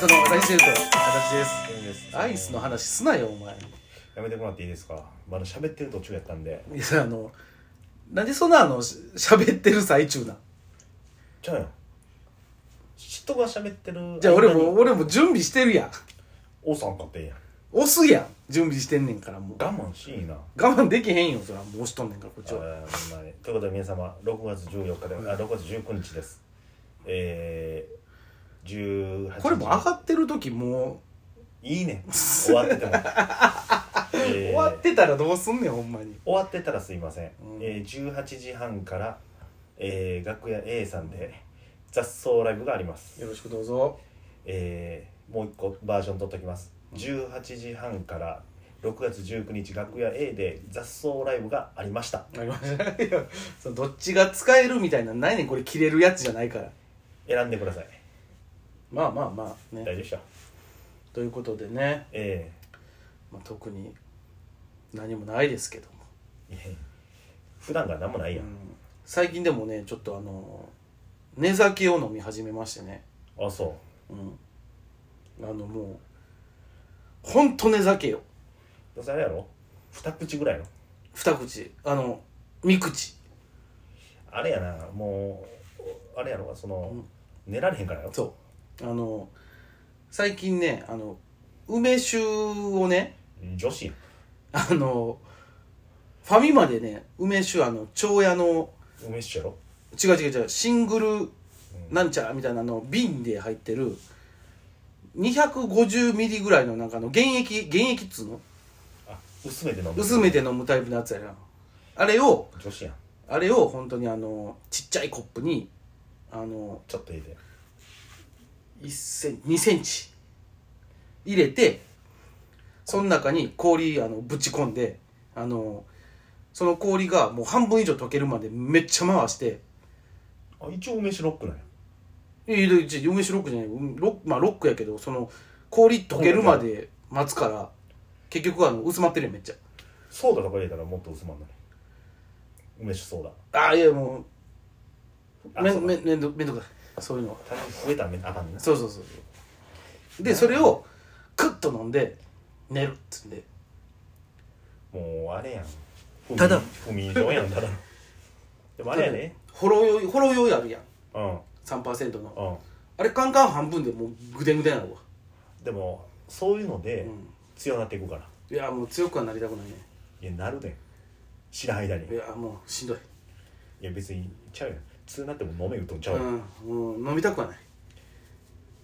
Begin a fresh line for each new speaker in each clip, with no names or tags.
その私シェルト私で
ケンです
アイスの話すなよお前
やめてもらっていいですかまだ喋ってる途中やったんで
いやあのなんでそんなあのし喋ってる最中なん
ちゃうよ人が喋ってる
じゃあ俺も
間に
俺も準備してるやん
おさん買ってんやん
押すやん準備してんねんからもう
我慢しいな
我慢できへんよそらもう押しとんねんからこっ
あ
ち
ー
は
ほんまにということで皆様6月14日であ6月19日ですえー、18
これもう上がってる時も
いいね終わ ってても、
う
えー
終わってたらどうすんねんほんまに
終わってたらすいません、
うん
えー、18時半から、えー、楽屋 A さんで雑草ライブがあります
よろしくどうぞ
えーもう一個バージョン取っときます18時半から6月19日楽屋 A で雑草ライブがありました
ありましたいやそのどっちが使えるみたいなのないねんこれ切れるやつじゃないから
選んでください
まあまあまあ
大丈夫
ね
でした
ということでね、
え
まあ、特に何もないですけども、
え普段が何もないや、
うんん最近でもねちょっとあの寝酒を飲み始めましてね、
あそ
うん、あのもうほんと寝酒よ
うどうせあれやろ二口ぐらいの
二口あの三口
あれやなもうあれやろその、
うん
寝られへんからよ
そうあの最近ねあの梅酒をね
女子やん
あの、ファミマでね、梅酒、あの、蝶屋の、
梅酒やろ
違う違う違う、シングル
うん
なんちゃらみたいなあの、瓶で入ってる、250ミリぐらいのなんかあの、原液、原液っつうの
あ薄めて飲む
薄めて飲むタイプのやつやな。あれを、
女子やん
あれを本当にあの、ちっちゃいコップに、あの、
ちょっと入れて
1セン2センチ入れてその中に氷あのぶち込んであのその氷がもう半分以上溶けるまでめっちゃ回して
あ一応梅酒ロックなんや
いやいやいや梅酒ロックじゃないうんロックまあロックやけどその氷溶けるまで待つから結局あの薄まってるやんめっちゃ
ソーダとか入れたらもっと薄まんのに梅酒ソーダ
ああいやもう
あ
め
そうだ
めめんどめんどくさいそういうのは
単純に増えたらめあかんね
そうそうそうそうでそれをクッと飲んで寝るっつって
もうあれやん
ただ
不眠不眠症やん ただのでもあれやね
ほろ酔いほろ酔いあるやん
うんうん
3%のあれカンカン半分でもうぐでんぐでんやろ、
でもそういうの
う
で
ん、
強なっていくから
いやもう強くはなりたくないね
いやなるでん知らん間に
いやもうしんどい、
いや別にちゃうやん通なっても飲めうとんちゃうやん
うん、もう飲みたくはない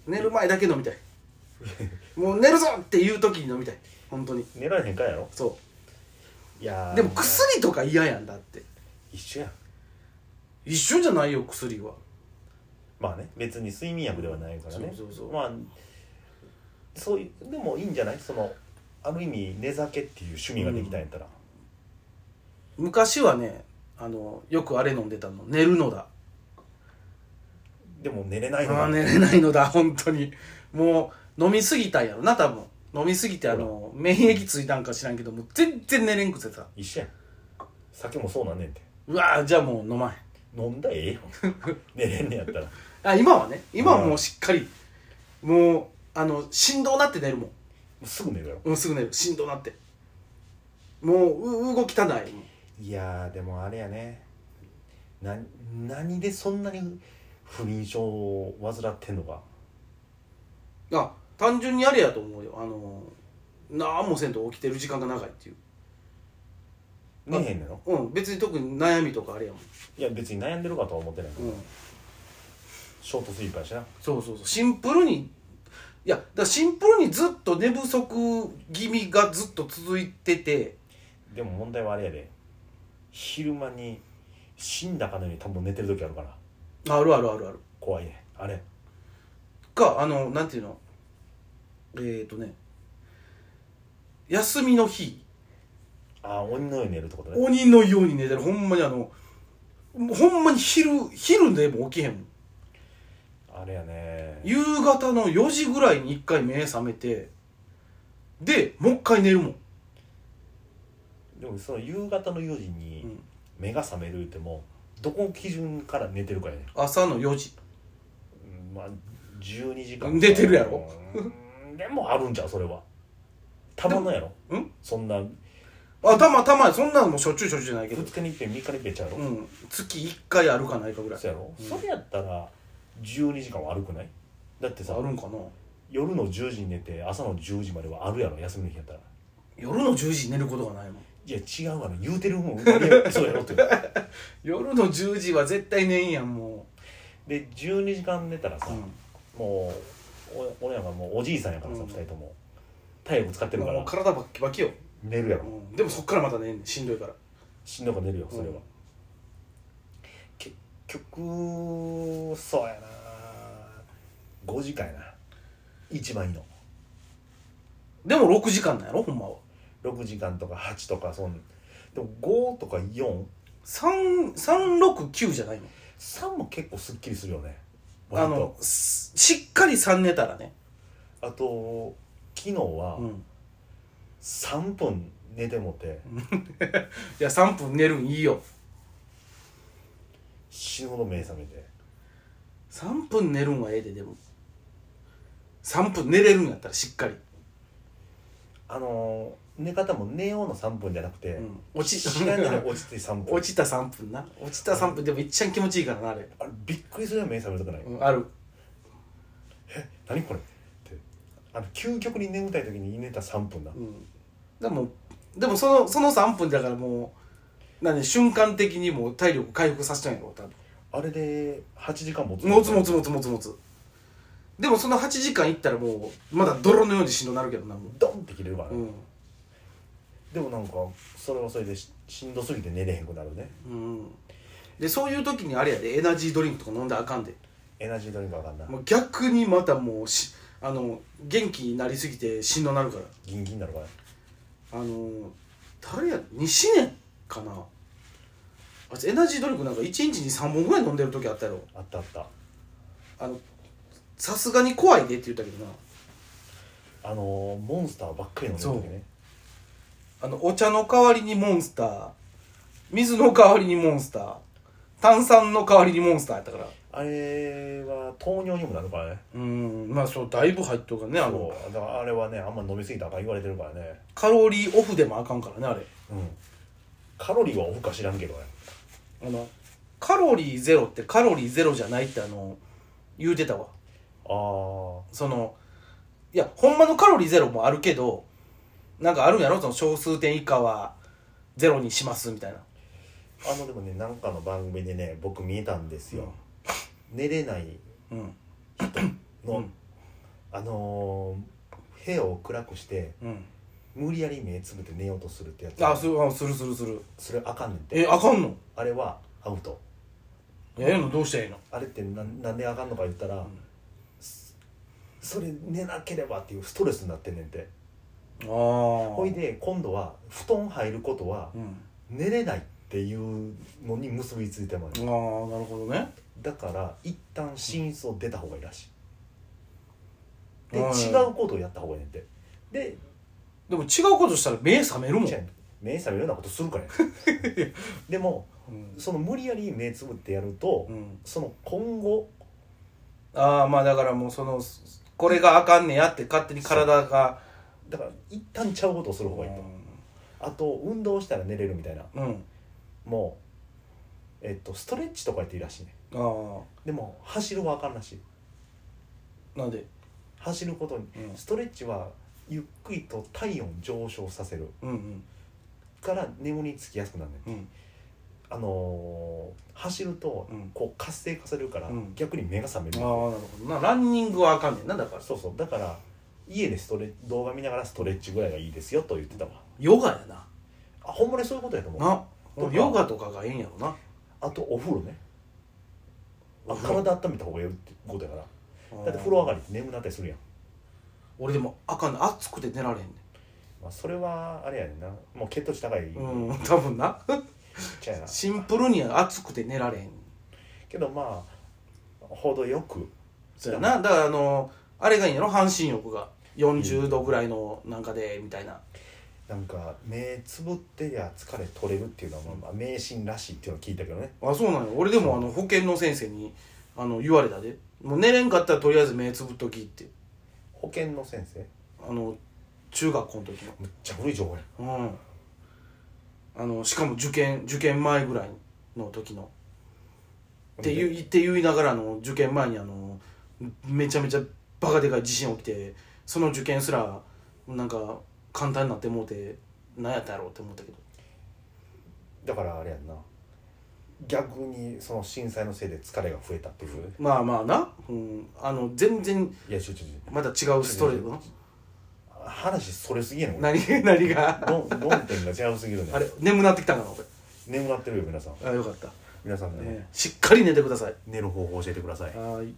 寝る前だけ 飲みたいもう寝るぞっていう時に飲みたい本当に
寝られへんからやろ
そ
いや
う
ー
でも薬とか嫌やんだって
一緒やん
一緒じゃないよ薬は
まあね別に睡眠薬ではないからね
そうそうそう
まあそういうでもいいんじゃないそのある意味寝酒っていう趣味ができたんやったら、
昔はねあのよくあれ飲んでたの寝るのだ
でも寝れないの
あ
が
あ寝れないのだ 本当にもう飲みすぎたんやろな多分飲みすぎてあの免疫ついたんか知らんけどもう全然寝れんくてさ
一緒やん酒もそうなんねんて
うわーじゃあもう飲まへん
飲んだら ええよ寝れんねやったら
あ今はね今はもうしっかり、もうあの振動なって寝るもん、
すぐ寝るやろ
うん、すぐ寝る振動なってもうう動きたない
いやーでもあれやねな何でそんなに不眠症を患ってんのか
あ単純にあれやと思うよあの何もせんと起きてる時間が長いっていう
寝へんのやろ
うん別に特に悩みとかあれやも
いや別に悩んでるかとは思ってない
ん、うん、
ショートスリーパーやしな
そうそうそうシンプルにいやだからシンプルにずっと寝不足気味がずっと続いてて
でも問題はあれやで昼間に死んだかのように多分寝てる時あるから
あるあるあるある
怖いねあれ
かあのなんていうのえっ、ー、とね休みの日
あー鬼のように寝るってことね
鬼のように寝てるほんまにあのもうほんまに昼昼でも起きへんもん
あれやね
夕方の4時ぐらいに一回目覚めてでもう一回寝るもん、
でもその夕方の4時に、
うん
目が覚めるってもどこの基準から寝てるかやね、
朝の4時
うんまあ12時間
寝てるやろ
うんでもあるんじゃうそれはたまんないやろ
うん
そんな
あたまたまそんなのもしょっちゅうしょっちゅうじゃないけど
2日に一遍3日に一遍ちゃうや
う
ろ
ん月1回あるかないかぐらい
そやろ
うん
それやったら12時間は悪くないだって
あ
さ
るんかな
夜の10時に寝て朝の10時まではあるやろ休みの日やったら
夜の10時に寝ることがないもん
いや違うわな言うてる もんそうやろって
夜の10時は絶対寝んやんも
で12時間寝たらさ、
う、
もうお俺らがもうおじいさんやからさ、
うん
二人とも体力使ってるか
も
ら
う体バッキバキよ、
寝るや
う
ろ
んでもそっからまた寝んねんしんどいから
しんどいから寝るよそれは、
うん
結局そうやな5時間やな一番いいの
でも6時間なんやろほんまは
6時間とか8とかそんでも5とか43
369じゃないの
も結構すっきりするよね
あ
割
の
と
すしっかり3寝たらね、
あと昨日は
うん、
3分寝てもて
いや3分寝るんいいよ
死ぬほど目覚めて
3分寝るんはええででも3分寝れるんやったらしっかり、
あのー寝方も寝ようの3分じゃなくて、
うん、落ち
知らんがら落ちて3分
落ちた3分な落ちた3分でもいっちゃん気持ちいいからなあれ、
あれびっくりするよ目覚めるとかない、
うん、ある
何これってあの究極に眠たい時に寝た3分だ、
うんでもでもそのその3分だからもうなんで瞬間的にもう体力回復させちゃうんやろ多分
あれで8時間持つ
もつもつもつもつもつでもその8時間いったらもうまだ泥のようにしんどなるけどなも
ドンって切れるから
う
ね、
うん
でもなんかそれはそれでししんどすぎて寝れへんくなるね
うんでそういう時にあれやでエナジードリンクとか飲んだらあかんで
エナジードリンクわかんな
もう逆にまたもうしあの元気になりすぎてしんどなるから
ギンギンになるから
あのー誰や西年かなあいつエナジードリンクなんか1日に3本ぐらい飲んでる時あったやろ
あったあった
あのさすがに怖いでって言ったけどな
あのーモンスターばっかり飲んでる時ね
あのお茶の代わりにモンスター水の代わりにモンスター炭酸の代わりにモンスターやったから
あれは糖尿にもなるからね
うんまあそうだいぶ入っとるからねあの
そうだからあれはねあんま飲みすぎたらあかん言われてるからね
カロリーオフでもあかんからねあれ
うんカロリーはオフか知らんけどね
あのカロリーゼロってカロリーゼロじゃないってあの言うてたわ
ああ
そのいやほんまのカロリーゼロもあるけどなんかあるんやろその小数点以下はゼロにしますみたいな
あのでもねなんかの番組でね僕見えたんですよ、寝れない
うん
の、
うん
あのー部屋を暗くして
うん
無理やり目つぶって寝ようとするってやつ
あするあするするする
それあかんねんて
えあかんの
あれはアウト
ええのどうしたらいいの
あれってななんであかんのか言ったら、そそれ寝なければっていうストレスになってんねんて
ああ
ほいで今度は布団入ることは
うん、
寝れないっていうのに結びついてまう
ああなるほどね
だから一旦寝室を出た方がいいらしいで
うん
違うことをやった方がいいねんてで
でも違うことしたら目覚めるもん
違う目覚めるようなことするからやでも
うん、
その無理やり目つぶってやると、
うん
その今後
ああまあだからもうそのこれがあかんねやって勝手に体が
だから一旦ちゃうことをする方がいいと、あと運動したら寝れるみたいな
うん
もうえっとストレッチとかやっていいらしいね
あ
でも走るはあかんらしい
あなんで
走ることに
うん
ストレッチはゆっくりと体温上昇させる
うんうん
から眠りにつきやすくなるねん
うん
あのー走ると
うん
こう活性化されるから
うん
逆に目が覚める、
ああなるほどなランニングはあかんねんなだから
そうそうだから家でストレ動画見ながらストレッチぐらいがいいですよと言ってたわ
ヨガやな
あほんまにそういうことやと思う
な
とか
ヨガとかがええんやろな
あとお風呂ねあ
お風呂
体温めた方がいいってことやからだって風呂上がりって眠なったりするやん、
俺でもあかんねん暑くて寝られへんね
まあ、それはあれやねんなもう血糖値高いち
んうん多分 な
っちゃいな
シンプルに暑くて寝られへん
けどまあ程よく
そうやなだからあのあれがいいんやろ半身浴が40度ぐらいのなんかでみたいな
なんか目つぶってりゃ疲れ取れるっていうのはまあまあ迷信らしいっていうのは聞いたけどね
あそうなの俺でもあの保険の先生にああの言われたでもう寝れんかったらとりあえず目つぶっときって
保健の先生
あの中学校の時の
むっちゃ古い情報や
うんあのしかも受験受験前ぐらいの時のって言うって言いながらあの受験前にあのめちゃめちゃバカでかい地震起きてその受験すらなんか簡単になってもうて何やったやろうって思ったけど
だからあれやんな逆にその震災のせいで疲れが増えたっていう
まあまあな、うん、あの全然
いやちょちょちょ
また違うストレート
話それすぎやねん
何何が
論論点が違うすぎるね
あれ眠なってきたんかなこ
眠なってるよ皆さん
れあよかった、
皆さんね
ねしっかり寝てください
寝る方法教えてください
はい